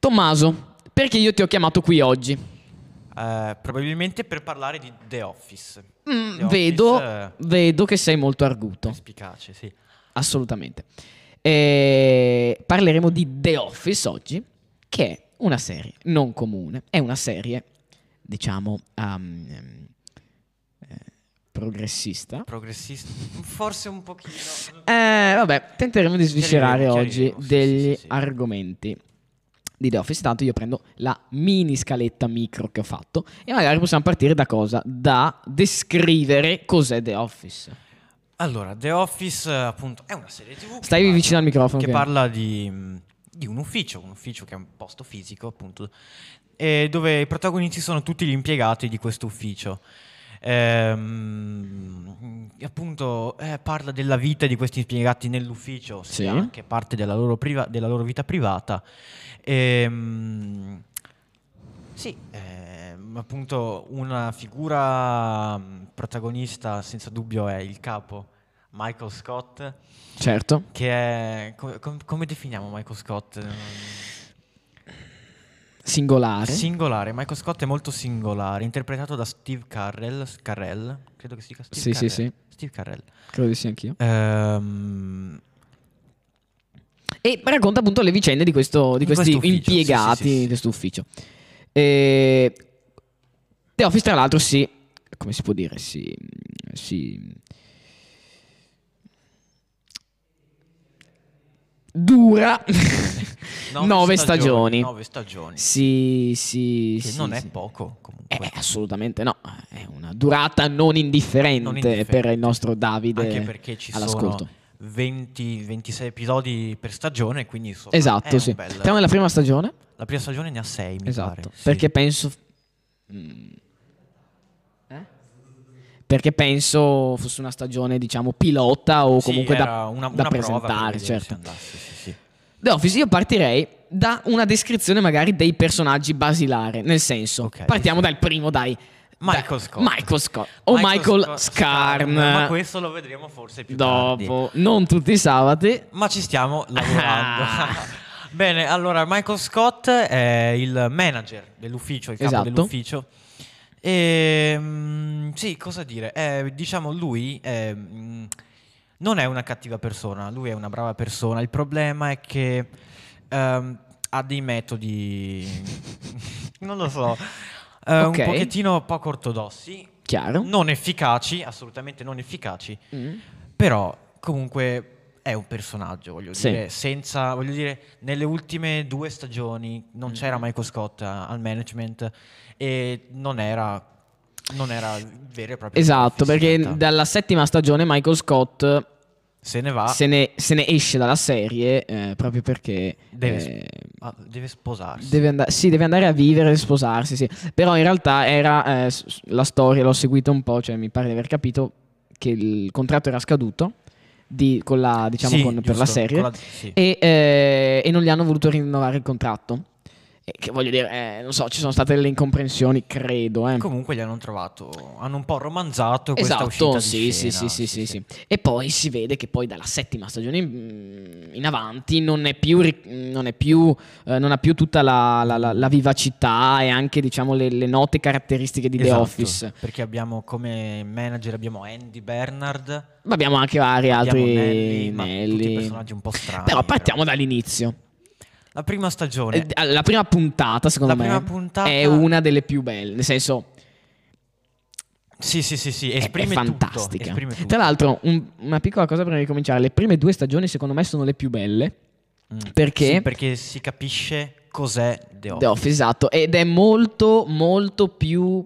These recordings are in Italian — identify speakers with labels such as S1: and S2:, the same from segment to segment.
S1: Tommaso, perché io ti ho chiamato qui oggi?
S2: Eh, probabilmente per parlare di The Office.
S1: Mm,
S2: The Office,
S1: vedo,
S2: eh,
S1: vedo che sei molto arguto.
S2: Perspicace, sì.
S1: Assolutamente. Eh, parleremo di The Office oggi, che è una serie non comune, è una serie, diciamo, um, ehm, eh, progressista.
S2: Progressista. Forse un pochino.
S1: Eh, vabbè, tenteremo di sviscerare
S2: Chiariremo,
S1: oggi
S2: chiariremo, sì,
S1: degli
S2: sì, sì, sì.
S1: argomenti di The Office. Tanto io prendo la mini scaletta micro che ho fatto e magari possiamo partire da cosa? Da descrivere cos'è The Office.
S2: Allora, The Office, eh, appunto, è una serie TV. che
S1: Stai
S2: parla-
S1: vicino al microfono,
S2: Che
S1: che-
S2: parla di, mh, di un ufficio, un ufficio che è un posto fisico, appunto, e dove i protagonisti sono tutti gli impiegati di questo ufficio. Ehm, appunto, eh, parla della vita di questi impiegati nell'ufficio,
S1: Sì.
S2: sia anche parte della loro, priva- della loro vita privata. Ehm, sì, ehm, appunto una figura mh, protagonista senza dubbio è il capo Michael Scott,
S1: Certo.
S2: che è... co- com- come definiamo Michael Scott? Mm,
S1: Singolare.
S2: Singolare, Michael Scott è molto singolare, interpretato da Steve Carrell, Carrell credo che si dica Steve
S1: Sì, sì,
S2: Carrell.
S1: sì.
S2: Steve Carrell.
S1: Credo di sì anch'io.
S2: Ehm,
S1: E racconta appunto le vicende di, questo- di
S2: Di
S1: questi
S2: questo ufficio,
S1: impiegati
S2: sì, sì, sì, sì.
S1: di questo ufficio. E... The Office, tra l'altro, si. come si può dire? Si. si- dura
S2: nove
S1: 9 stagioni.
S2: Nove stagioni.
S1: Si, si,
S2: che
S1: si-
S2: non è
S1: si-
S2: poco comunque.
S1: Eh, assolutamente no, è una durata non indifferente,
S2: Non indifferente.
S1: per il nostro Davide
S2: Anche perché ci
S1: all'ascolto.
S2: sono 20-26 episodi per stagione, quindi insomma, è
S1: Esatto,
S2: un
S1: sì.
S2: bel-
S1: Siamo nella prima stagione.
S2: La prima stagione ne ha 6, mi pare.
S1: Esatto,
S2: sì.
S1: perché penso... Mm.
S2: Eh?
S1: Perché penso fosse una stagione, diciamo, pilota o
S2: Sì,
S1: comunque
S2: era
S1: da, da
S2: una, una prova per
S1: presentare,
S2: vedere se
S1: certo.
S2: andasse, sì, sì.
S1: The Office, io partirei da una descrizione magari dei personaggi basilare, nel senso,
S2: Ok.
S1: partiamo dal primo, dai.
S2: Michael
S1: da-
S2: Scott.
S1: Michael Scott. O oh, Michael,
S2: Sc-
S1: Scarn.
S2: Ma questo lo vedremo forse più tardi.
S1: Dopo, non tutti i sabati.
S2: Ma ci stiamo lavorando.
S1: Ah.
S2: Bene, allora Michael Scott è il manager dell'ufficio, il capo
S1: Esatto.
S2: dell'ufficio. E, mm, sì, cosa dire? Eh, diciamo, lui è, mm, non è una cattiva persona, lui è una brava persona. Il problema è che ehm, ha dei metodi, non lo so, eh,
S1: Ok.
S2: un pochettino poco ortodossi,
S1: Chiaro?
S2: non efficaci, assolutamente non efficaci.
S1: Mm.
S2: Però comunque è un personaggio, voglio
S1: Sì.
S2: dire, senza, voglio dire, nelle ultime due stagioni non
S1: Mm-hmm.
S2: c'era Michael Scott a- al management e non era, non era vero e proprio.
S1: Esatto, perché
S2: Office,
S1: dalla settima stagione Michael Scott
S2: se ne va,
S1: se, ne, se ne esce dalla serie eh, proprio perché
S2: deve,
S1: eh,
S2: ah, deve sposarsi.
S1: deve andare- sì, deve andare a vivere e sposarsi. Sì. Però in realtà era eh, s- s- la storia, l'ho seguita un po', cioè mi pare di aver capito che il contratto era scaduto di- con la, diciamo,
S2: Sì,
S1: con- per
S2: giusto,
S1: la serie
S2: con la- sì.
S1: e, eh, e non gli hanno voluto rinnovare il contratto. E che voglio dire, eh, non so, ci sono state delle incomprensioni, credo. Eh.
S2: Comunque li hanno trovato, hanno un po' romanzato questa
S1: Esatto,
S2: uscita
S1: sì,
S2: di
S1: sì, sì,
S2: scena,
S1: sì, sì, sì. E poi si vede che poi dalla settima stagione in, in avanti non è più, ri- non, è più eh, non ha più tutta la, la- la- la vivacità e anche diciamo le, le note caratteristiche di The
S2: Esatto,
S1: Office.
S2: Perché abbiamo come manager abbiamo Andy Bernard,
S1: Ma abbiamo anche vari
S2: Abbiamo
S1: altri
S2: Nelly, ma tutti
S1: Nelly.
S2: personaggi un po' strani.
S1: Però partiamo dall'inizio.
S2: La prima stagione.
S1: Eh, La prima puntata, secondo
S2: La
S1: me,
S2: prima puntata-
S1: è una delle più belle. Nel senso,
S2: sì, sì, sì, sì,
S1: è- è,
S2: esprime tutto,
S1: fantastica.
S2: esprime tutto.
S1: Tra l'altro, un- una piccola cosa prima di cominciare: le prime due stagioni, secondo me, sono le più belle.
S2: Mm.
S1: perché-
S2: Sì, perché si capisce cos'è The Office.
S1: The Office, esatto. Ed è molto, molto più,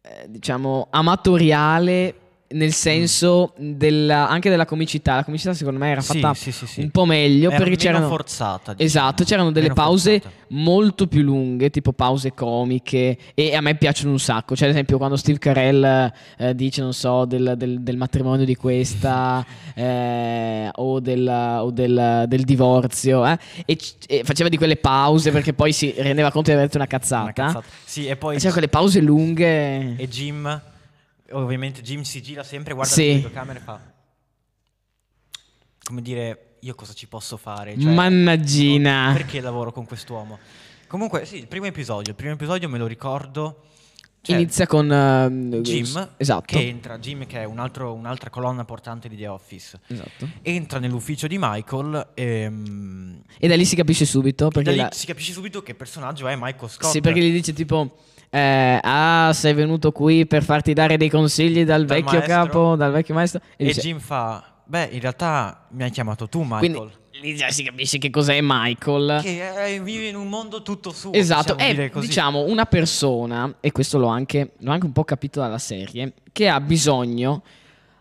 S1: eh, diciamo, amatoriale nel senso della- anche della comicità. La comicità, secondo me, era
S2: Sì,
S1: fatta
S2: sì, sì, sì.
S1: un po' meglio
S2: Era
S1: perché
S2: meno
S1: c'erano.
S2: forzata. diciamo.
S1: Esatto, c'erano delle
S2: Meno
S1: pause
S2: forzata.
S1: molto più lunghe, tipo pause comiche, e a me piacciono un sacco. Cioè, ad esempio, quando Steve Carell eh, dice, non so, del, del- del matrimonio di questa eh, o, del, o del- del divorzio, eh, e, c- e faceva di quelle pause perché poi si rendeva conto di aver detto una cazzata.
S2: Una cazzata. Sì, e poi
S1: Faceva quelle pause lunghe.
S2: e Jim ovviamente Jim si gira sempre, guarda
S1: Sì.
S2: la videocamera e fa come dire io cosa ci posso fare? Cioè,
S1: Mannaggina.
S2: Perché lavoro con quest'uomo? Comunque, sì, il primo episodio, il primo episodio me lo ricordo. cioè,
S1: Inizia con eh,
S2: Jim,
S1: Esatto.
S2: che entra, Jim che è un altro- un'altra colonna portante di The Office,
S1: Esatto.
S2: entra nell'ufficio di Michael ehm,
S1: E da lì si capisce subito.
S2: e da
S1: Perché
S2: lì
S1: la-
S2: si capisce subito che personaggio è Michael Scott.
S1: Sì, perché gli dice tipo. eh, ah, sei venuto qui per farti dare dei consigli dal,
S2: Dal
S1: vecchio
S2: maestro.
S1: capo, dal vecchio maestro. E,
S2: E
S1: dice,
S2: Jim fa, beh, in realtà mi hai chiamato tu Michael.
S1: quindi lì già si capisce che cos'è Michael.
S2: Che eh, vive in un mondo tutto suo.
S1: Esatto,
S2: possiamo
S1: è
S2: dire così.
S1: diciamo una persona, e questo l'ho anche, l'ho anche un po' capito dalla serie, che ha bisogno,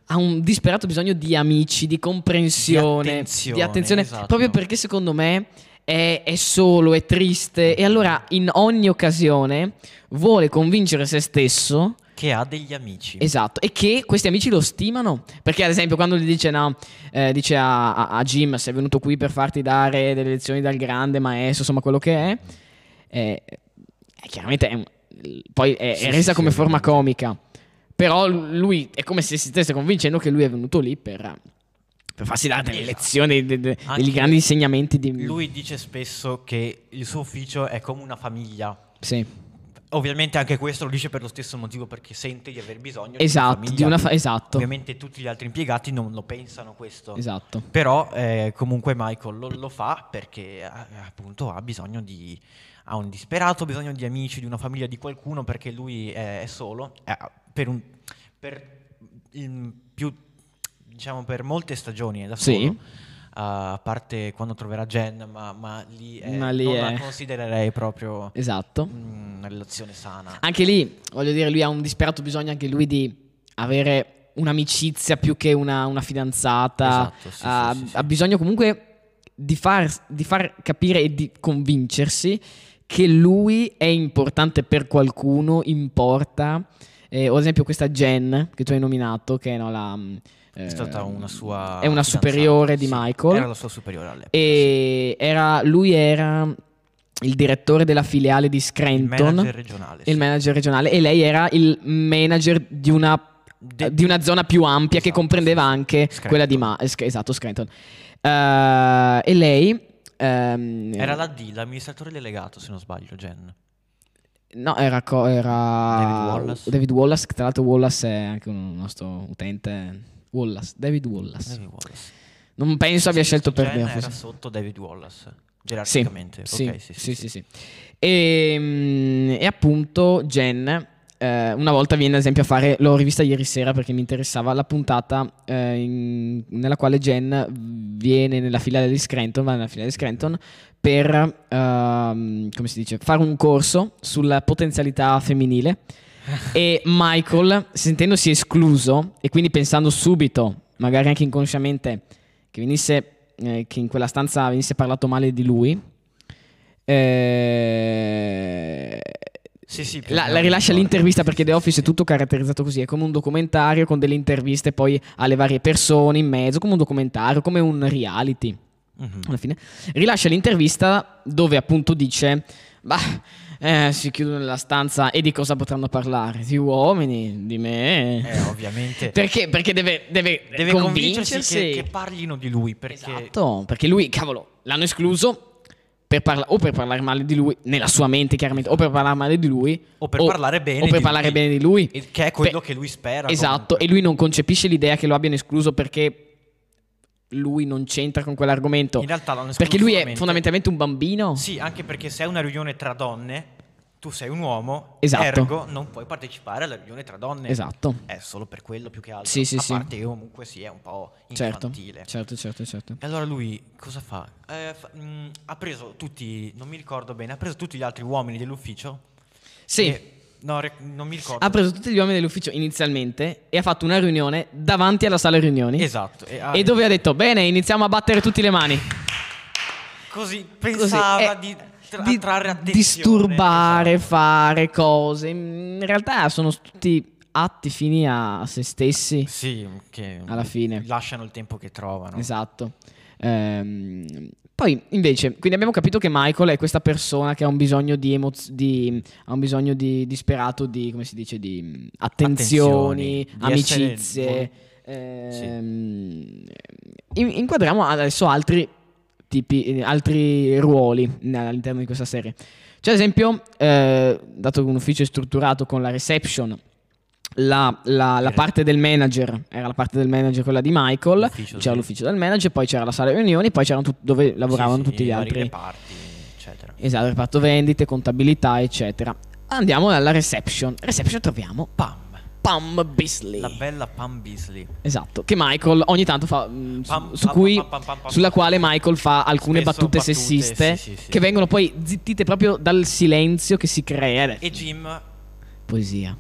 S1: ha un disperato bisogno di amici, di comprensione,
S2: Di attenzione,
S1: di attenzione,
S2: esatto.
S1: proprio perché secondo me è, è solo, è triste e allora in ogni occasione vuole convincere se stesso,
S2: Che ha degli amici.
S1: esatto, e che questi amici lo stimano, perché ad esempio quando gli dice no, eh, dice a, a- a Jim sei venuto qui per farti dare delle lezioni dal grande maestro, insomma quello che è, eh, eh, chiaramente è un- poi è, è
S2: Sì,
S1: resa
S2: sì,
S1: come
S2: sì,
S1: forma
S2: ovviamente.
S1: comica, però l- lui è come se si stesse convincendo che lui è venuto lì per, per farsi dare delle
S2: Esatto.
S1: lezioni, de- de-
S2: Anche
S1: degli grandi insegnamenti di...
S2: Lui dice spesso che il suo ufficio è come una famiglia.
S1: Sì.
S2: Ovviamente anche questo lo dice per lo stesso motivo perché sente di aver bisogno
S1: Esatto,
S2: di
S1: di una
S2: una famiglia.
S1: fa- esatto,
S2: Ovviamente tutti gli altri impiegati non lo pensano questo.
S1: esatto.
S2: Però eh, comunque Michael lo, lo fa perché eh, appunto ha bisogno di... ha un disperato bisogno di amici, di una famiglia, di qualcuno perché lui è, è solo. Eh, per un... per il più... diciamo per molte stagioni è da
S1: Sì.
S2: solo. eh, a parte quando troverà Jen, ma, ma lì, eh,
S1: Ma lì
S2: non
S1: è-
S2: la considererei proprio
S1: Esatto.
S2: mm, una relazione sana.
S1: Anche lì, voglio dire, lui ha un disperato bisogno anche lui di avere un'amicizia più che una, una fidanzata.
S2: Esatto, sì, sì,
S1: ha,
S2: sì, sì.
S1: ha bisogno comunque di far, di far capire e di convincersi che lui è importante per qualcuno, importa. Eh, o ad esempio questa Jen che tu hai nominato, che è no, la... mm,
S2: È
S1: eh,
S2: stata una sua...
S1: È una
S2: fidanzata,
S1: superiore di
S2: sì.
S1: Michael.
S2: Era la sua superiore all'epoca.
S1: E era- lui era il direttore della filiale di
S2: sì. Il
S1: Scranton.
S2: manager regionale.
S1: Il
S2: Eh sì.
S1: manager regionale e lei era il manager di una,
S2: De-
S1: ah, di una zona più ampia che
S2: Esatto,
S1: comprendeva
S2: sì, sì.
S1: anche
S2: Scranton.
S1: quella di Ma- eh, sc- esatto, Scranton. Eh, e lei... ehm,
S2: Era la D, l'amministratore delegato, se non sbaglio, Jen.
S1: No, era, co- era
S2: David Wallace.
S1: David Wallace, che tra l'altro Wallace è anche un nostro utente. Wallace, David Wallace.
S2: David Wallace.
S1: Non penso abbia
S2: Sì,
S1: scelto per
S2: Jen
S1: The
S2: era
S1: Office.
S2: sotto David Wallace, gerarchicamente.
S1: Sì,
S2: Ok,
S1: sì,
S2: sì,
S1: sì, sì, sì. E, mm, e appunto Jen, eh, una volta viene ad esempio a fare, l'ho rivista ieri sera perché mi interessava, la puntata eh, in- nella quale Jen viene nella filiale di Scranton, va nella filiale di Scranton per, ehm, come si dice, fare un corso sulla potenzialità femminile. E Michael, sentendosi escluso e quindi pensando subito, magari anche inconsciamente, che venisse eh, che in quella stanza venisse parlato male di lui. eh,
S2: Sì, sì, più o
S1: la,
S2: meno
S1: la
S2: mi
S1: rilascia
S2: ricordo.
S1: l'intervista perché
S2: Sì,
S1: The
S2: sì,
S1: Office è
S2: sì.
S1: tutto caratterizzato così, è come un documentario con delle interviste poi alle varie persone in mezzo, come un documentario, come un reality
S2: Mhm.
S1: alla fine, rilascia l'intervista dove appunto dice, bah, eh, si chiudono nella stanza e di cosa potranno parlare? Di uomini, di me.
S2: Eh, ovviamente.
S1: Perché? Perché deve, deve,
S2: Deve convincersi che,
S1: convincersi.
S2: che parlino di lui, perché...
S1: Esatto, perché lui, cavolo, l'hanno escluso per parla- o per parlare male di lui, nella sua mente chiaramente, o per parlare male di lui,
S2: O per parlare bene
S1: o per
S2: di
S1: parlare
S2: lui.
S1: bene di lui.
S2: Il- Che è quello
S1: Beh,
S2: che lui spera.
S1: Esatto, e lui non concepisce l'idea che lo abbiano escluso perché lui non c'entra con quell'argomento.
S2: In realtà l'hanno escluso
S1: Esatto. Perché lui è
S2: solamente-
S1: fondamentalmente un bambino.
S2: Sì, anche perché se è una riunione tra donne, tu sei un uomo,
S1: Esatto.
S2: ergo non puoi partecipare alla riunione tra donne.
S1: Esatto.
S2: È solo per quello più che altro.
S1: Sì, sì,
S2: A
S1: sì.
S2: parte che comunque sì, è un po'
S1: Certo.
S2: infantile.
S1: Certo, certo, certo.
S2: E allora lui cosa fa? Eh, fa- mh, ha preso tutti, non mi ricordo bene, ha preso tutti gli altri uomini dell'ufficio.
S1: Sì. Ah,
S2: e- no, re- non mi ricordo.
S1: Ha preso tutti gli uomini dell'ufficio inizialmente e ha fatto una riunione davanti alla sala riunioni.
S2: Esatto. E, ha-
S1: E dove ha detto, bene, iniziamo a battere tutti le mani.
S2: Così
S1: Così,
S2: pensava
S1: eh,
S2: di tra-
S1: di
S2: attrarre attenzione.
S1: disturbare,
S2: esatto.
S1: fare cose. In realtà sono tutti atti fini a se stessi.
S2: Sì, che
S1: Alla fine.
S2: lasciano il tempo che trovano.
S1: Esatto. Ehm, poi invece, quindi abbiamo capito che Michael è questa persona che ha un bisogno di emoz- di- ha un bisogno di disperato di come si dice di mm, attenzioni,
S2: Attenzioni, di essere
S1: amicizie,
S2: vol-
S1: Ehm, in- Inquadriamo adesso altri tipi, eh, altri ruoli n- all'interno di questa serie. C'è ad esempio, eh, dato che un ufficio è strutturato con la reception, la, la- la
S2: Sì.
S1: parte del manager, era la parte del manager quella di Michael,
S2: L'ufficio,
S1: c'era
S2: sì.
S1: l'ufficio del manager, poi c'era la sala riunioni, poi c'erano tut- dove lavoravano
S2: Sì, sì,
S1: tutti
S2: i
S1: gli
S2: vari
S1: altri.
S2: reparti, eccetera.
S1: Esatto, reparto vendite, contabilità, eccetera. Andiamo alla reception. Reception troviamo
S2: Pam,
S1: Pam Beasley.
S2: la bella Pam Beasley.
S1: Esatto, che Michael ogni tanto fa. mh, su-
S2: Pam,
S1: su
S2: pam,
S1: cui-
S2: pam, pam, pam, pam.
S1: sulla quale Michael fa alcune
S2: Spesso
S1: battute,
S2: battute,
S1: sessiste
S2: sì, sì, sì.
S1: che vengono poi zittite proprio dal silenzio che si crea. Ed è
S2: E Jim...
S1: poesia.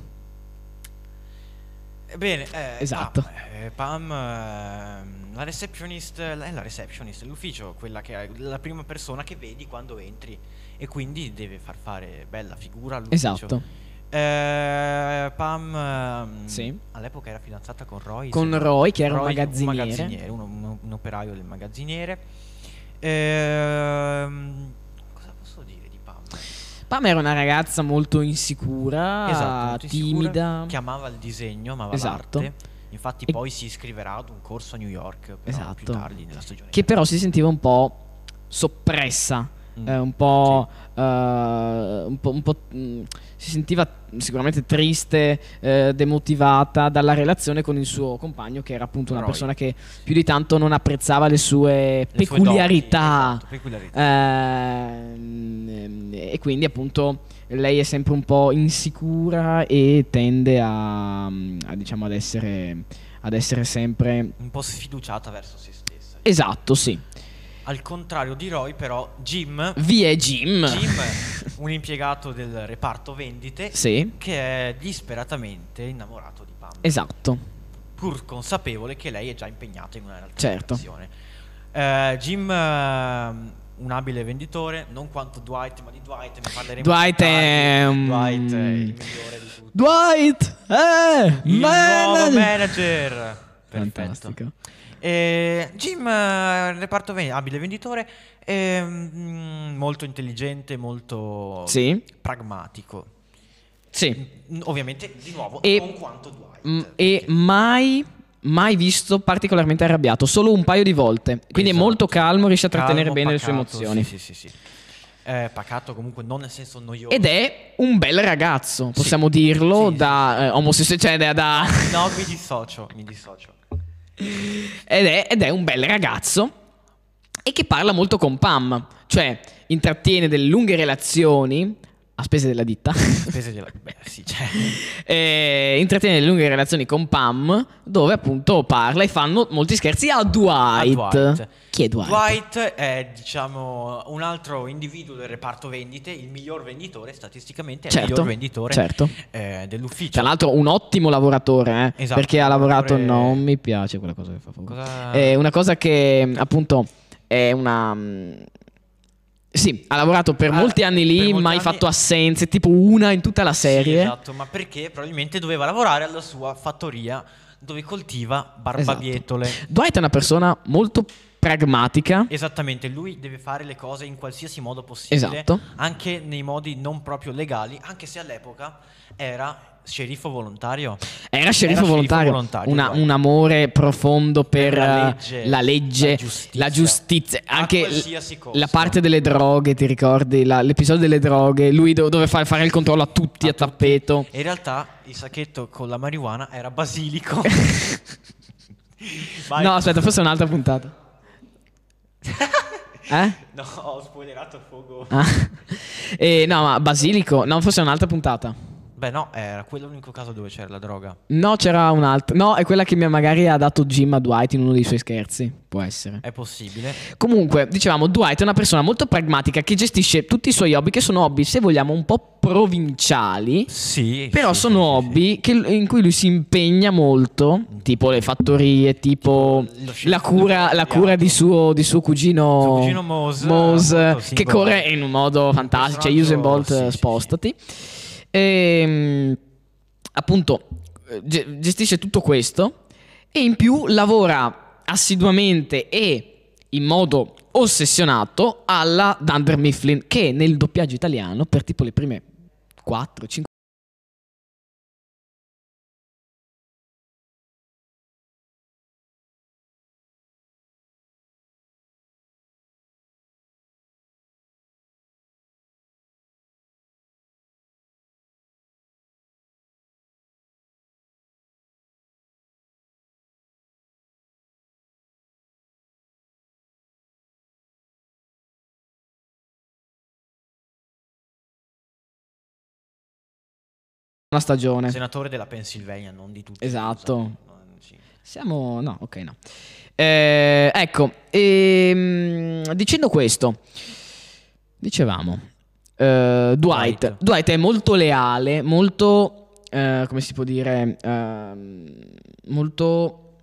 S2: Bene, eh,
S1: Esatto.
S2: Pam, eh, Pam, ehm, la receptionist, la- è la receptionist, l'ufficio, quella che è la prima persona che vedi quando entri e quindi deve far fare bella figura all'ufficio.
S1: Esatto.
S2: Eh, Pam ehm,
S1: Sì.
S2: all'epoca era fidanzata con Roy.
S1: Con
S2: se-
S1: Roy, che era un
S2: Roy,
S1: magazziniere.
S2: uno- uno- un operaio del magazziniere. Ehm, cosa posso dire di Pam?
S1: Pam era una ragazza molto insicura,
S2: Esatto, molto insicura,
S1: Ah, timida.
S2: Che amava il disegno, amava
S1: Esatto.
S2: l'arte. Infatti
S1: E-
S2: poi si iscriverà ad un corso a New York però più
S1: Esatto.
S2: tardi nella stagione.
S1: che però si sentiva un po' soppressa,
S2: Mm,
S1: eh, un, po', eh, un po', un po', mm, si sentiva sicuramente triste, eh, demotivata dalla relazione con il suo compagno che era appunto una
S2: Roy.
S1: persona che più di tanto non apprezzava le sue
S2: Le sue doti,
S1: peculiarità. Eh.
S2: esatto, peculiarità.
S1: Ehm, e quindi appunto lei è sempre un po' insicura e tende a, a, diciamo ad essere, ad essere sempre
S2: Un po' sfiduciata verso se stessa.
S1: esatto sì
S2: Al contrario di Roy però Jim,
S1: vi è Jim
S2: Jim, un impiegato del reparto vendite,
S1: sì
S2: che è disperatamente innamorato di Pam.
S1: esatto
S2: pur consapevole che lei è già impegnata in un'altra
S1: Certo.
S2: relazione. Eh, Jim, ehm, un abile venditore, non quanto Dwight, ma di Dwight ne parleremo
S1: Dwight
S2: più tardi.
S1: è un-
S2: Dwight è il migliore di tutti.
S1: Dwight eh,
S2: Il
S1: manager!
S2: nuovo manager. Perfetto.
S1: fantastico
S2: Eh, Jim, eh, reparto ven- abile venditore, ehm, molto intelligente, molto
S1: Sì.
S2: pragmatico.
S1: sì
S2: Mm, Ovviamente, di nuovo,
S1: E-
S2: non quanto Dwight.
S1: Mm, e
S2: perché-
S1: mai mai visto particolarmente arrabbiato solo un paio di volte quindi è
S2: Esatto.
S1: molto calmo riesce a trattenere
S2: Calmo,
S1: bene le sue
S2: pacato,
S1: emozioni
S2: Sì, sì, sì. sì. Eh, pacato comunque non nel senso noioso.
S1: ed è un bel ragazzo possiamo dirlo
S2: Sì, sì.
S1: da eh, omosessuale cioè da, da-
S2: No, mi dissocio, mi dissocio.
S1: ed, è, ed è un bel ragazzo e che parla molto con Pam cioè intrattiene delle lunghe relazioni a spese della ditta
S2: Spese della... Beh, sì, cioè...
S1: e intrattiene delle lunghe relazioni con Pam, dove appunto parla e fanno molti scherzi a Dwight.
S2: a Dwight.
S1: Chi è Dwight?
S2: è, diciamo, un altro individuo del reparto vendite, il miglior venditore, statisticamente, è il
S1: Certo,
S2: miglior venditore
S1: certo.
S2: eh, dell'ufficio.
S1: Tra l'altro un ottimo lavoratore, eh,
S2: Esatto,
S1: perché ha
S2: un
S1: lavorato,
S2: lavoratore-
S1: non mi piace quella cosa che fa paura.
S2: Cosa-
S1: È una cosa che appunto è una... mm, Sì, ha lavorato per
S2: Ah,
S1: molti anni
S2: per
S1: lì,
S2: molti
S1: mai
S2: anni-
S1: fatto assenze, tipo una in tutta la
S2: Sì,
S1: serie.
S2: esatto, ma perché probabilmente doveva lavorare alla sua fattoria dove coltiva barbabietole.
S1: Dwight è una persona molto pragmatica.
S2: Esattamente, lui deve fare le cose in qualsiasi modo possibile,
S1: Esatto.
S2: anche nei modi non proprio legali, anche se all'epoca era sceriffo volontario.
S1: Era sceriffo
S2: Era
S1: volontario,
S2: volontario,
S1: una-
S2: guarda.
S1: un amore profondo per,
S2: Per la
S1: eh,
S2: legge,
S1: la legge,
S2: la giustizia.
S1: la giustizia,
S2: A
S1: anche l-
S2: qualsiasi costo.
S1: la parte delle droghe, ti ricordi? La- l'episodio delle droghe, lui do- dove fa- fare il controllo a tutti a,
S2: A tutti.
S1: tappeto.
S2: E in realtà il sacchetto con la marijuana era basilico. Vai.
S1: No, aspetta, forse è un'altra puntata. eh?
S2: No, ho spoilerato a fuoco.
S1: Ah. Eh, no, ma Basilico, no, forse è un'altra puntata.
S2: Beh, no, era quello l'unico caso dove c'era la droga.
S1: No, c'era un'altra. No, è quella che mi- magari ha dato Jim a Dwight in uno dei suoi scherzi. Può essere.
S2: È possibile.
S1: Comunque, dicevamo, Dwight è una persona molto pragmatica che gestisce tutti i suoi hobby, che sono hobby, se vogliamo, un po' provinciali.
S2: Sì.
S1: Però
S2: sì,
S1: sono
S2: sì, sì,
S1: hobby che- in cui lui si impegna molto, tipo le fattorie, tipo
S2: Tipo lo sci- Esatto.
S1: la cura, la
S2: lo
S1: cura di,
S2: scienziato.
S1: suo, di suo cugino,
S2: Suo cugino Mose,
S1: Mose,
S2: molto
S1: che
S2: singolare.
S1: corre in un modo fantastico, cioè Usain Bolt
S2: Sì, sì, sì.
S1: spostati. Ehm, appunto eh, ge- gestisce tutto questo e in più lavora assiduamente e in modo ossessionato alla Dunder Mifflin che nel doppiaggio italiano per tipo le prime 4 5 Una stagione.
S2: Senatore della Pennsylvania, non di tutti.
S1: Esatto.
S2: scusa. Non- sì.
S1: Siamo... No, ok, no. Eh, ecco, ehm, dicendo questo, dicevamo, eh, Dwight.
S2: Dwight.
S1: Dwight. è molto leale, molto, eh, come si può dire, ehm, molto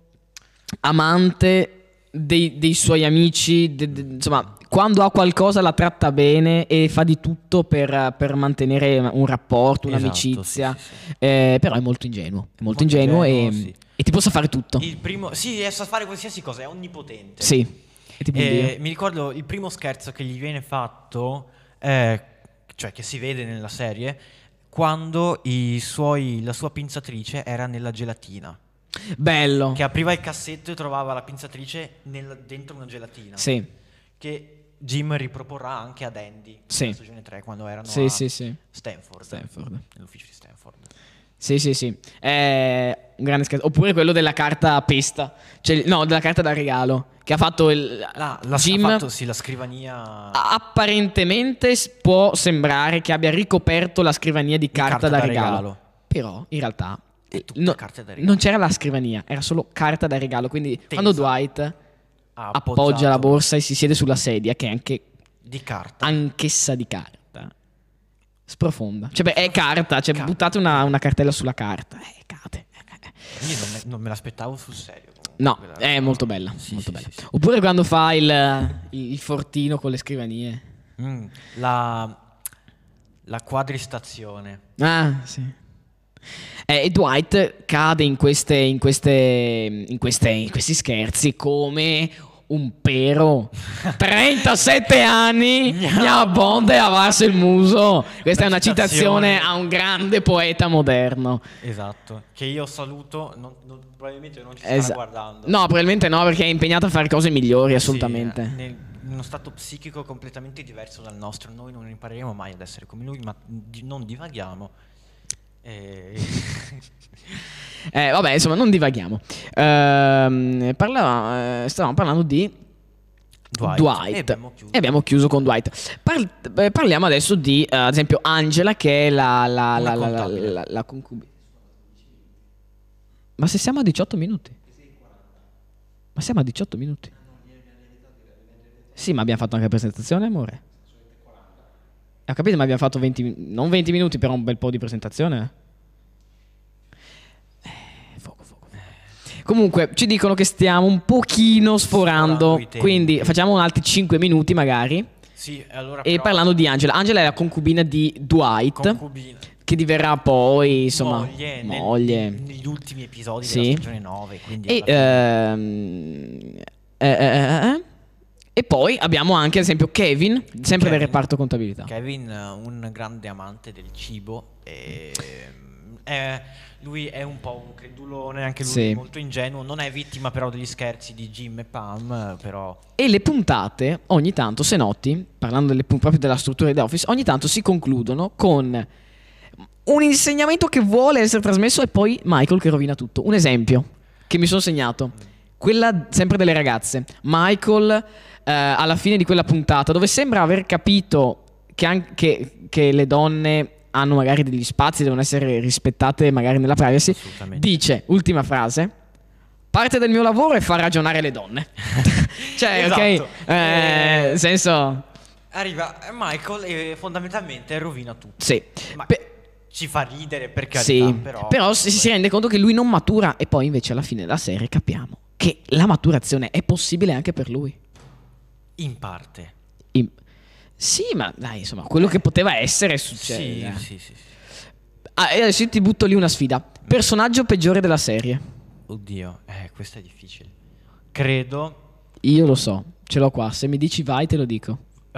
S1: amante dei, dei suoi amici, de- de- insomma... Quando ha qualcosa la tratta bene e fa di tutto per, per mantenere un rapporto,
S2: Esatto,
S1: un'amicizia.
S2: sì, sì, sì.
S1: Eh, però è molto ingenuo. È molto, ingenuo, e,
S2: sì.
S1: e ti possa fare tutto.
S2: Il primo, sì, riesce a fare qualsiasi cosa, è onnipotente.
S1: Sì. È tipo un
S2: Eh,
S1: dio.
S2: mi ricordo il primo scherzo che gli viene fatto, eh, cioè che si vede nella serie, quando i suoi- la sua pinzatrice era nella gelatina.
S1: Bello.
S2: Che apriva il cassetto e trovava la pinzatrice nel- dentro una gelatina.
S1: Sì,
S2: Che Jim riproporrà anche ad Andy.
S1: Sì.
S2: nella stagione 3, quando erano
S1: sì,
S2: a
S1: sì, sì.
S2: Stanford,
S1: Stanford.
S2: Nell'ufficio di Stanford.
S1: Sì, sì, sì. È un grande scherzo. Oppure quello della carta pesta. Cioè, no, della carta da regalo. Che ha fatto il.
S2: La, la,
S1: Jim Ah,
S2: ha fatto, sì, la scrivania...
S1: apparentemente s- può sembrare che abbia ricoperto la scrivania di carta, da, regalo. Però in realtà.
S2: È tutta
S1: eh, no-
S2: carta da regalo.
S1: non c'era la scrivania, era solo carta da regalo. Quindi quando Dwight appoggia
S2: Ha
S1: la
S2: appoggiato
S1: borsa e si siede sulla sedia, che è anche
S2: Di carta.
S1: anch'essa di carta. Sprofonda. Cioè, beh, è carta. Cioè,
S2: Carta.
S1: buttate una, una cartella sulla carta. Eh, cade.
S2: Io non me, non me l'aspettavo sul serio. comunque,
S1: No,
S2: quella-
S1: è molto bella.
S2: Sì,
S1: molto
S2: sì,
S1: bella.
S2: sì, sì.
S1: Oppure quando fa il, eh, il fortino con le scrivanie.
S2: Mm, la, la quadristazione.
S1: Ah, sì. Eh, e Dwight cade in, queste, in, queste, in, queste, in questi scherzi come un pero. 37 anni, mia bonde a lavarsi il muso. Questa è
S2: Una
S1: una citazione
S2: citazione.
S1: a un grande poeta moderno.
S2: Esatto. Che io saluto, non- non- probabilmente non ci starà
S1: Esa-
S2: guardando.
S1: No, probabilmente no, perché è impegnato a fare cose migliori,
S2: Sì,
S1: assolutamente.
S2: eh, nel- in uno stato psichico completamente diverso dal nostro. Noi non impareremo mai ad essere come lui, ma di- non divaghiamo. Eh,
S1: Eh, vabbè, insomma, non divaghiamo. Ehm, parlavamo- eh, stavamo parlando di Dwight.
S2: E abbiamo chiuso.
S1: E abbiamo chiuso con Dwight. Par- eh, parliamo adesso di, eh, ad esempio, Angela, che è la, la, la,
S2: Una
S1: la- la-
S2: contabile.
S1: la- la concubina. Ma se siamo a 18 minuti? Ma siamo a 18 minuti? Sì, ma abbiamo fatto anche la presentazione, amore. Eh, Ho capito, ma abbiamo fatto 20, mi- non 20 minuti, però un bel po' di presentazione. Eh, fuoco, fuoco. Comunque, ci dicono che stiamo un pochino
S2: Sforando
S1: sforando,
S2: i tempi.
S1: quindi facciamo altri 5 minuti magari.
S2: Sì, allora
S1: E
S2: però-
S1: parlando di Angela, Angela è la concubina di Dwight,
S2: concubina.
S1: che diverrà poi, insomma,
S2: moglie, nel-
S1: moglie.
S2: negli ultimi episodi
S1: Sì.
S2: della stagione 9, quindi
S1: E, eh,
S2: alla fine-
S1: ehm, eh, eh, eh, eh. E poi abbiamo anche, ad esempio, Kevin, sempre
S2: Kevin.
S1: del reparto contabilità.
S2: Kevin, eh, un grande amante del cibo, e, eh, lui è un po' un credulone, anche lui
S1: Sì.
S2: è molto ingenuo, non è vittima però degli scherzi di Jim e Pam, eh, però
S1: E le puntate, ogni tanto, se noti, parlando delle pun- proprio della struttura di The Office, ogni tanto si concludono con un insegnamento che vuole essere trasmesso e poi Michael che rovina tutto. Un esempio che mi sono segnato, quella sempre delle ragazze. Michael, eh, alla fine di quella puntata, dove sembra aver capito che, anche, che- che le donne hanno magari degli spazi, devono essere rispettate magari nella privacy,
S2: assolutamente.
S1: dice, ultima frase, parte del mio lavoro è far ragionare le donne. cioè,
S2: Esatto.
S1: ok, eh,
S2: Eh,
S1: senso,
S2: Arriva eh, Michael e fondamentalmente rovina tutto.
S1: sì.
S2: Ma
S1: Pe-
S2: ci fa ridere per carità,
S1: sì,
S2: però...
S1: si, si rende conto che lui non matura e poi invece alla fine della serie capiamo che la maturazione è possibile anche per lui.
S2: In parte.
S1: In- Sì, ma dai, insomma, quello che poteva essere succede.
S2: Sì, sì, sì, sì.
S1: Ah, e adesso io ti butto lì una sfida. Personaggio peggiore della serie.
S2: Oddio, eh, questo è difficile. Credo...
S1: Io lo so, ce l'ho qua. Se mi dici vai, te lo dico.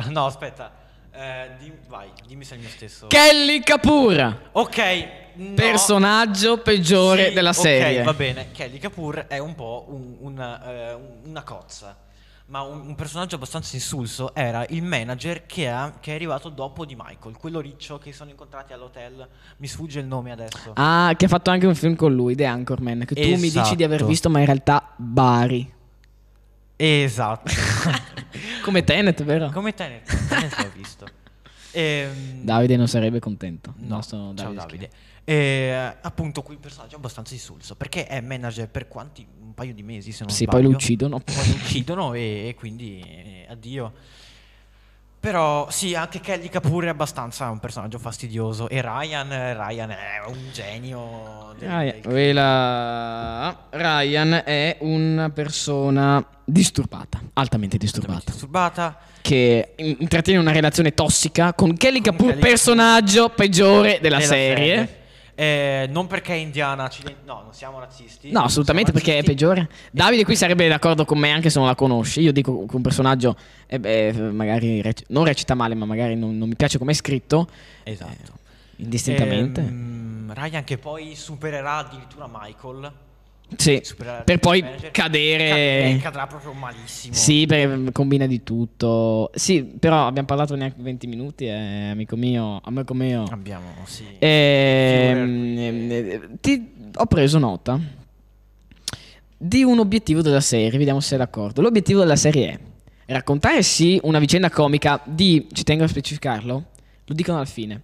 S2: No, aspetta. Eh, dim- vai, dimmi se è il mio stesso.
S1: Kelly Kapoor.
S2: Ok. no.
S1: Personaggio peggiore
S2: Sì,
S1: della serie.
S2: Ok, va bene. Kelly Kapoor è un po' un- una, eh, un- una cozza. Ma un, un personaggio abbastanza insulso era il manager che, ha- che è arrivato dopo di Michael, quello riccio che sono incontrati all'hotel. Mi sfugge il nome adesso.
S1: Ah, che ha fatto anche un film con lui, The Anchorman. Che tu mi dici
S2: Esatto.
S1: di aver visto, ma in realtà Bari.
S2: Esatto.
S1: Come Tenet, vero?
S2: Come Tenet, Tenet l'ho visto. Ehm,
S1: Davide non sarebbe contento. Il
S2: No,
S1: nostro
S2: ciao
S1: Davide
S2: Davide. Eh, appunto, quel personaggio è abbastanza insulso perché è manager per quanti? Un paio di mesi, se
S1: Schiavo.
S2: non
S1: Sì,
S2: sbaglio.
S1: poi lo uccidono.
S2: Poi lo uccidono e, e quindi eh, addio. Però sì, anche Kelly Kapoor è abbastanza un personaggio fastidioso. E Ryan, eh, Ryan è un genio. del-
S1: Ryan,
S2: del-
S1: quella- Ryan è una persona disturbata, altamente disturbata,
S2: disturbata.
S1: che in- intrattiene una relazione tossica con Kelly
S2: Con
S1: Kapoor,
S2: Kelly-
S1: personaggio peggiore della
S2: della
S1: serie.
S2: Eh, non perché è indiana, accidenti- no, non siamo razzisti.
S1: No, assolutamente
S2: Non siamo
S1: perché è
S2: razzisti.
S1: peggiore. Davide qui sarebbe d'accordo con me anche se non la conosci. Io dico che un personaggio, eh beh, magari rec- non recita male, ma magari non, non mi piace come è scritto, eh,
S2: Esatto.
S1: indistintamente.
S2: Ehm, Ryan che poi supererà addirittura Michael.
S1: sì,
S2: Supererà il
S1: per poi
S2: manager.
S1: cadere...
S2: Cade- cadrà proprio malissimo.
S1: Sì, perché combina di tutto. Sì, però abbiamo parlato neanche 20 minuti, eh, amico mio. Amico mio.
S2: Abbiamo, sì.
S1: Ehm, ehm, ti ho preso nota di un obiettivo della serie, vediamo se sei d'accordo. L'obiettivo della serie è raccontare sì una vicenda comica di, ci tengo a specificarlo, lo dicono al fine,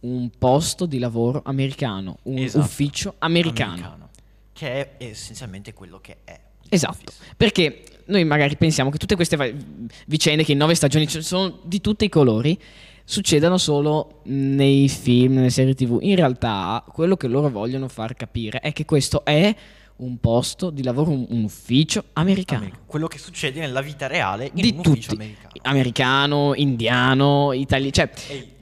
S1: un posto di lavoro americano, un
S2: Esatto.
S1: ufficio americano.
S2: Che è essenzialmente quello che è.
S1: Esatto, perché noi magari pensiamo che tutte queste va- vicende che in nove stagioni ci sono di tutti i colori succedano solo nei film, nelle serie tv. In realtà quello che loro vogliono far capire è che questo è un posto di lavoro, un, un ufficio americano.
S2: America- Quello che succede nella vita reale in
S1: Di
S2: un ufficio
S1: tutti. Ah.
S2: americano.
S1: Americano, indiano, italiano, cioè
S2: Ehi,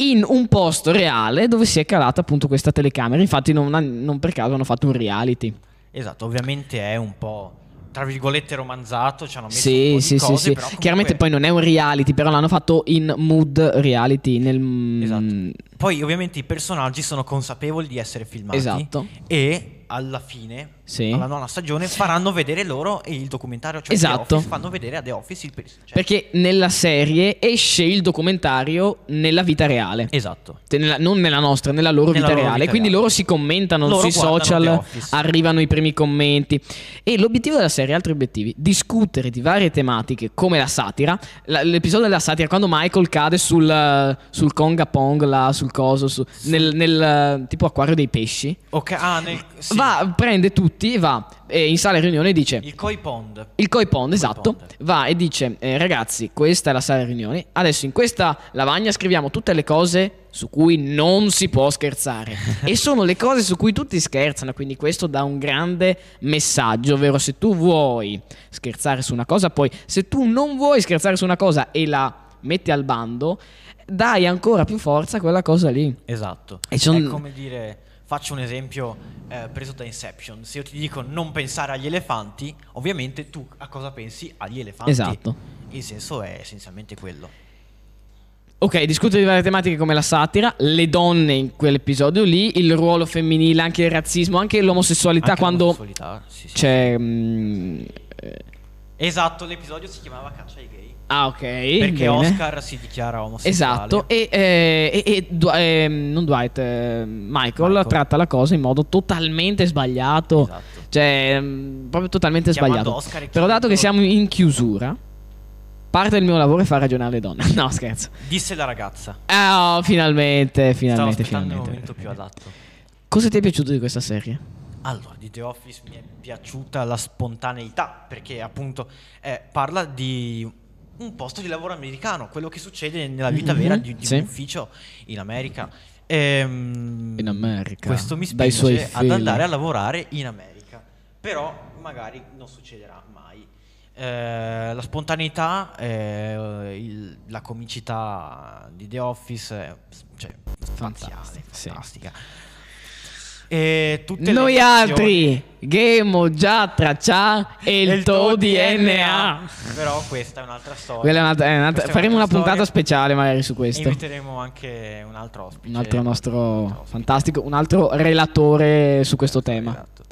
S1: in un posto reale dove si è calata appunto questa telecamera. Infatti non, han- non per caso hanno fatto un reality.
S2: esatto, ovviamente è un po' tra virgolette romanzato, ci hanno messo un
S1: Sì,
S2: po' di
S1: sì, sì,
S2: cose,
S1: sì.
S2: però comunque-
S1: Chiaramente poi non è un reality, però l'hanno fatto in mood reality. Nel... mm,
S2: Esatto. Poi ovviamente i personaggi sono consapevoli di essere filmati
S1: Esatto.
S2: cioè e alla fine,
S1: Sì.
S2: alla nona stagione, faranno vedere loro il documentario, cioè The
S1: Esatto.
S2: Office, fanno vedere a The Office il per- cioè-
S1: Perché nella serie esce il documentario nella vita reale.
S2: Esatto.
S1: Te- nella- non nella nostra, nella loro
S2: Nella
S1: vita
S2: loro
S1: reale.
S2: vita
S1: Quindi
S2: reale.
S1: loro si commentano
S2: Loro
S1: sui
S2: guardano The
S1: social,
S2: Office.
S1: arrivano i primi commenti. E l'obiettivo della serie, altri obiettivi, discutere di varie tematiche come la satira. La- l'episodio della satira, quando Michael cade sul, sul Konga Pong, là, sul coso, su- nel- nel tipo acquario dei pesci.
S2: Ok, ah, nel, sì,
S1: va, prende tutti, va eh, in sala riunione e dice.
S2: il Koi Pond.
S1: Il Koi Pond, esatto,
S2: Pond.
S1: va e dice eh, ragazzi questa è la sala riunioni, adesso in questa lavagna scriviamo tutte le cose su cui non si può scherzare e sono le cose su cui tutti scherzano, quindi questo dà un grande messaggio, ovvero se tu vuoi scherzare su una cosa, poi se tu non vuoi scherzare su una cosa e la metti al bando, dai ancora più forza a quella cosa lì.
S2: Esatto.
S1: E son-
S2: È come dire, faccio un esempio eh, preso da Inception. Se io ti dico non pensare agli elefanti, ovviamente tu a cosa pensi? Agli elefanti.
S1: Esatto.
S2: Il senso è essenzialmente quello.
S1: Ok, discutere di varie tematiche come la satira, le donne in quell'episodio lì, il ruolo femminile, anche il razzismo, anche l'omosessualità
S2: Anche
S1: quando
S2: l'omosessualità, sì, sì.
S1: c'è... mm, eh,
S2: Esatto, l'episodio si chiamava Caccia ai gay.
S1: ah ok.
S2: Perché
S1: bene.
S2: Oscar si dichiara omosessuale.
S1: Esatto, e, eh, e- e Dw- eh, non Dwight, eh, Michael,
S2: Michael.
S1: tratta la cosa in modo totalmente sbagliato.
S2: Esatto.
S1: Cioè, mm, proprio totalmente
S2: Chiamando
S1: sbagliato.
S2: Oscar e
S1: Però dato che
S2: chiedendo-
S1: siamo in chiusura, parte del mio lavoro è far ragionare le donne. No, scherzo.
S2: Disse la ragazza.
S1: Ah, oh, finalmente,
S2: Stavo
S1: finalmente,
S2: aspettando il
S1: finalmente.
S2: momento più adatto.
S1: Cosa ti è piaciuto di questa serie?
S2: Allora, di The Office mi è piaciuta la spontaneità, perché appunto eh, parla di un posto di lavoro americano, quello che succede nella vita
S1: Mhm,
S2: vera di, di
S1: sì.
S2: un ufficio in America. Ehm,
S1: In America,
S2: Questo mi
S1: dai suoi
S2: spinge ad
S1: figli.
S2: andare a lavorare in America, però magari non succederà mai. Eh, la spontaneità, eh, il- la comicità di The Office, è, cioè, spaziale,
S1: Fantastica, sì.
S2: fantastica. E tutte le
S1: Noi
S2: emozioni-
S1: altri, Gemo già traccia e il, tuo DNA.
S2: Però questa è un'altra storia.
S1: Quella è un'altra- è un'altra-
S2: Questa è
S1: faremo una
S2: un'altra
S1: puntata
S2: storia.
S1: speciale magari su
S2: E
S1: questo.
S2: inviteremo anche un altro ospite.
S1: Un altro
S2: Un
S1: nostro
S2: altro ospite.
S1: fantastico, un altro relatore su questo tema.
S2: Esatto.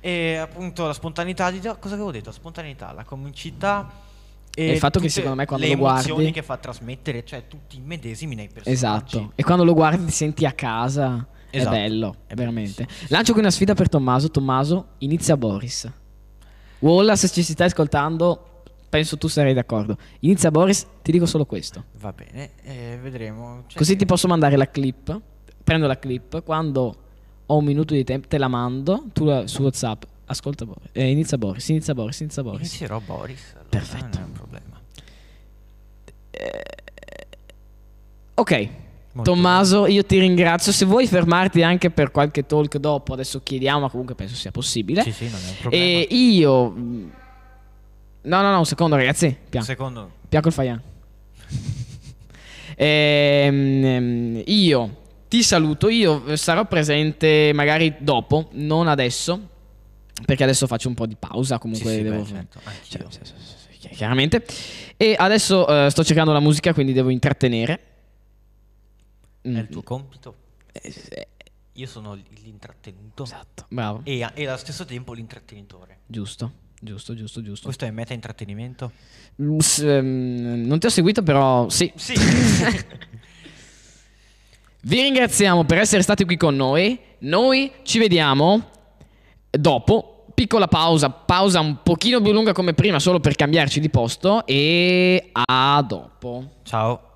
S2: E appunto la spontaneità di cosa avevo detto? La spontaneità, la comicità
S1: E il fatto che
S2: tutte
S1: secondo me quando
S2: le
S1: lo guardi-
S2: emozioni che fa trasmettere, cioè tutti i medesimi nei personaggi.
S1: Esatto. E quando lo guardi ti senti a casa.
S2: Esatto.
S1: È bello,
S2: È
S1: veramente.
S2: bellissimo, sì,
S1: Lancio qui una sfida per Tommaso. Tommaso, inizia Boris. Wallace, se ci stai ascoltando, penso tu sarai d'accordo. Inizia Boris, ti dico solo questo.
S2: Va bene, eh, vedremo. Cioè,
S1: Così ti posso mandare la clip. Prendo la clip. Quando ho un minuto di tempo, te la mando. Tu la- su WhatsApp. Ascolta Boris. Eh, inizia Boris, inizia Boris, inizia Boris.
S2: Inizierò Boris. allora,
S1: Perfetto.
S2: Non è un problema.
S1: Ok.
S2: Molto
S1: Tommaso, io ti ringrazio. Se vuoi fermarti anche per qualche talk dopo, adesso chiediamo, ma comunque penso sia possibile.
S2: Sì, sì, non è un problema.
S1: Eh? e io. No, no, no, un secondo, ragazzi.
S2: Un
S1: Piano.
S2: Secondo,
S1: Piacol Faian. Ehm, ehm, io ti saluto, io sarò presente magari dopo, non adesso, perché adesso faccio un po' di pausa, comunque
S2: sì, sì,
S1: devo...
S2: beh, certo,
S1: Cioè,
S2: anch'io.
S1: sì, sì, sì, sì, chi- chiaramente. E adesso eh, sto cercando la musica, quindi devo intrattenere.
S2: È
S1: Mm,
S2: il tuo compito.
S1: eh, sì, eh,
S2: Io sono l- l'intrattenuto
S1: Esatto, bravo.
S2: e, a- e allo stesso tempo l'intrattenitore.
S1: Giusto, giusto, giusto, giusto.
S2: Questo è meta intrattenimento?
S1: Mm, s- ehm, non ti ho seguito, però sì,
S2: Sì.
S1: Vi ringraziamo per essere stati qui con noi. Noi ci vediamo dopo. Piccola pausa, pausa un pochino più lunga come prima, solo per cambiarci di posto. E a dopo.
S2: Ciao.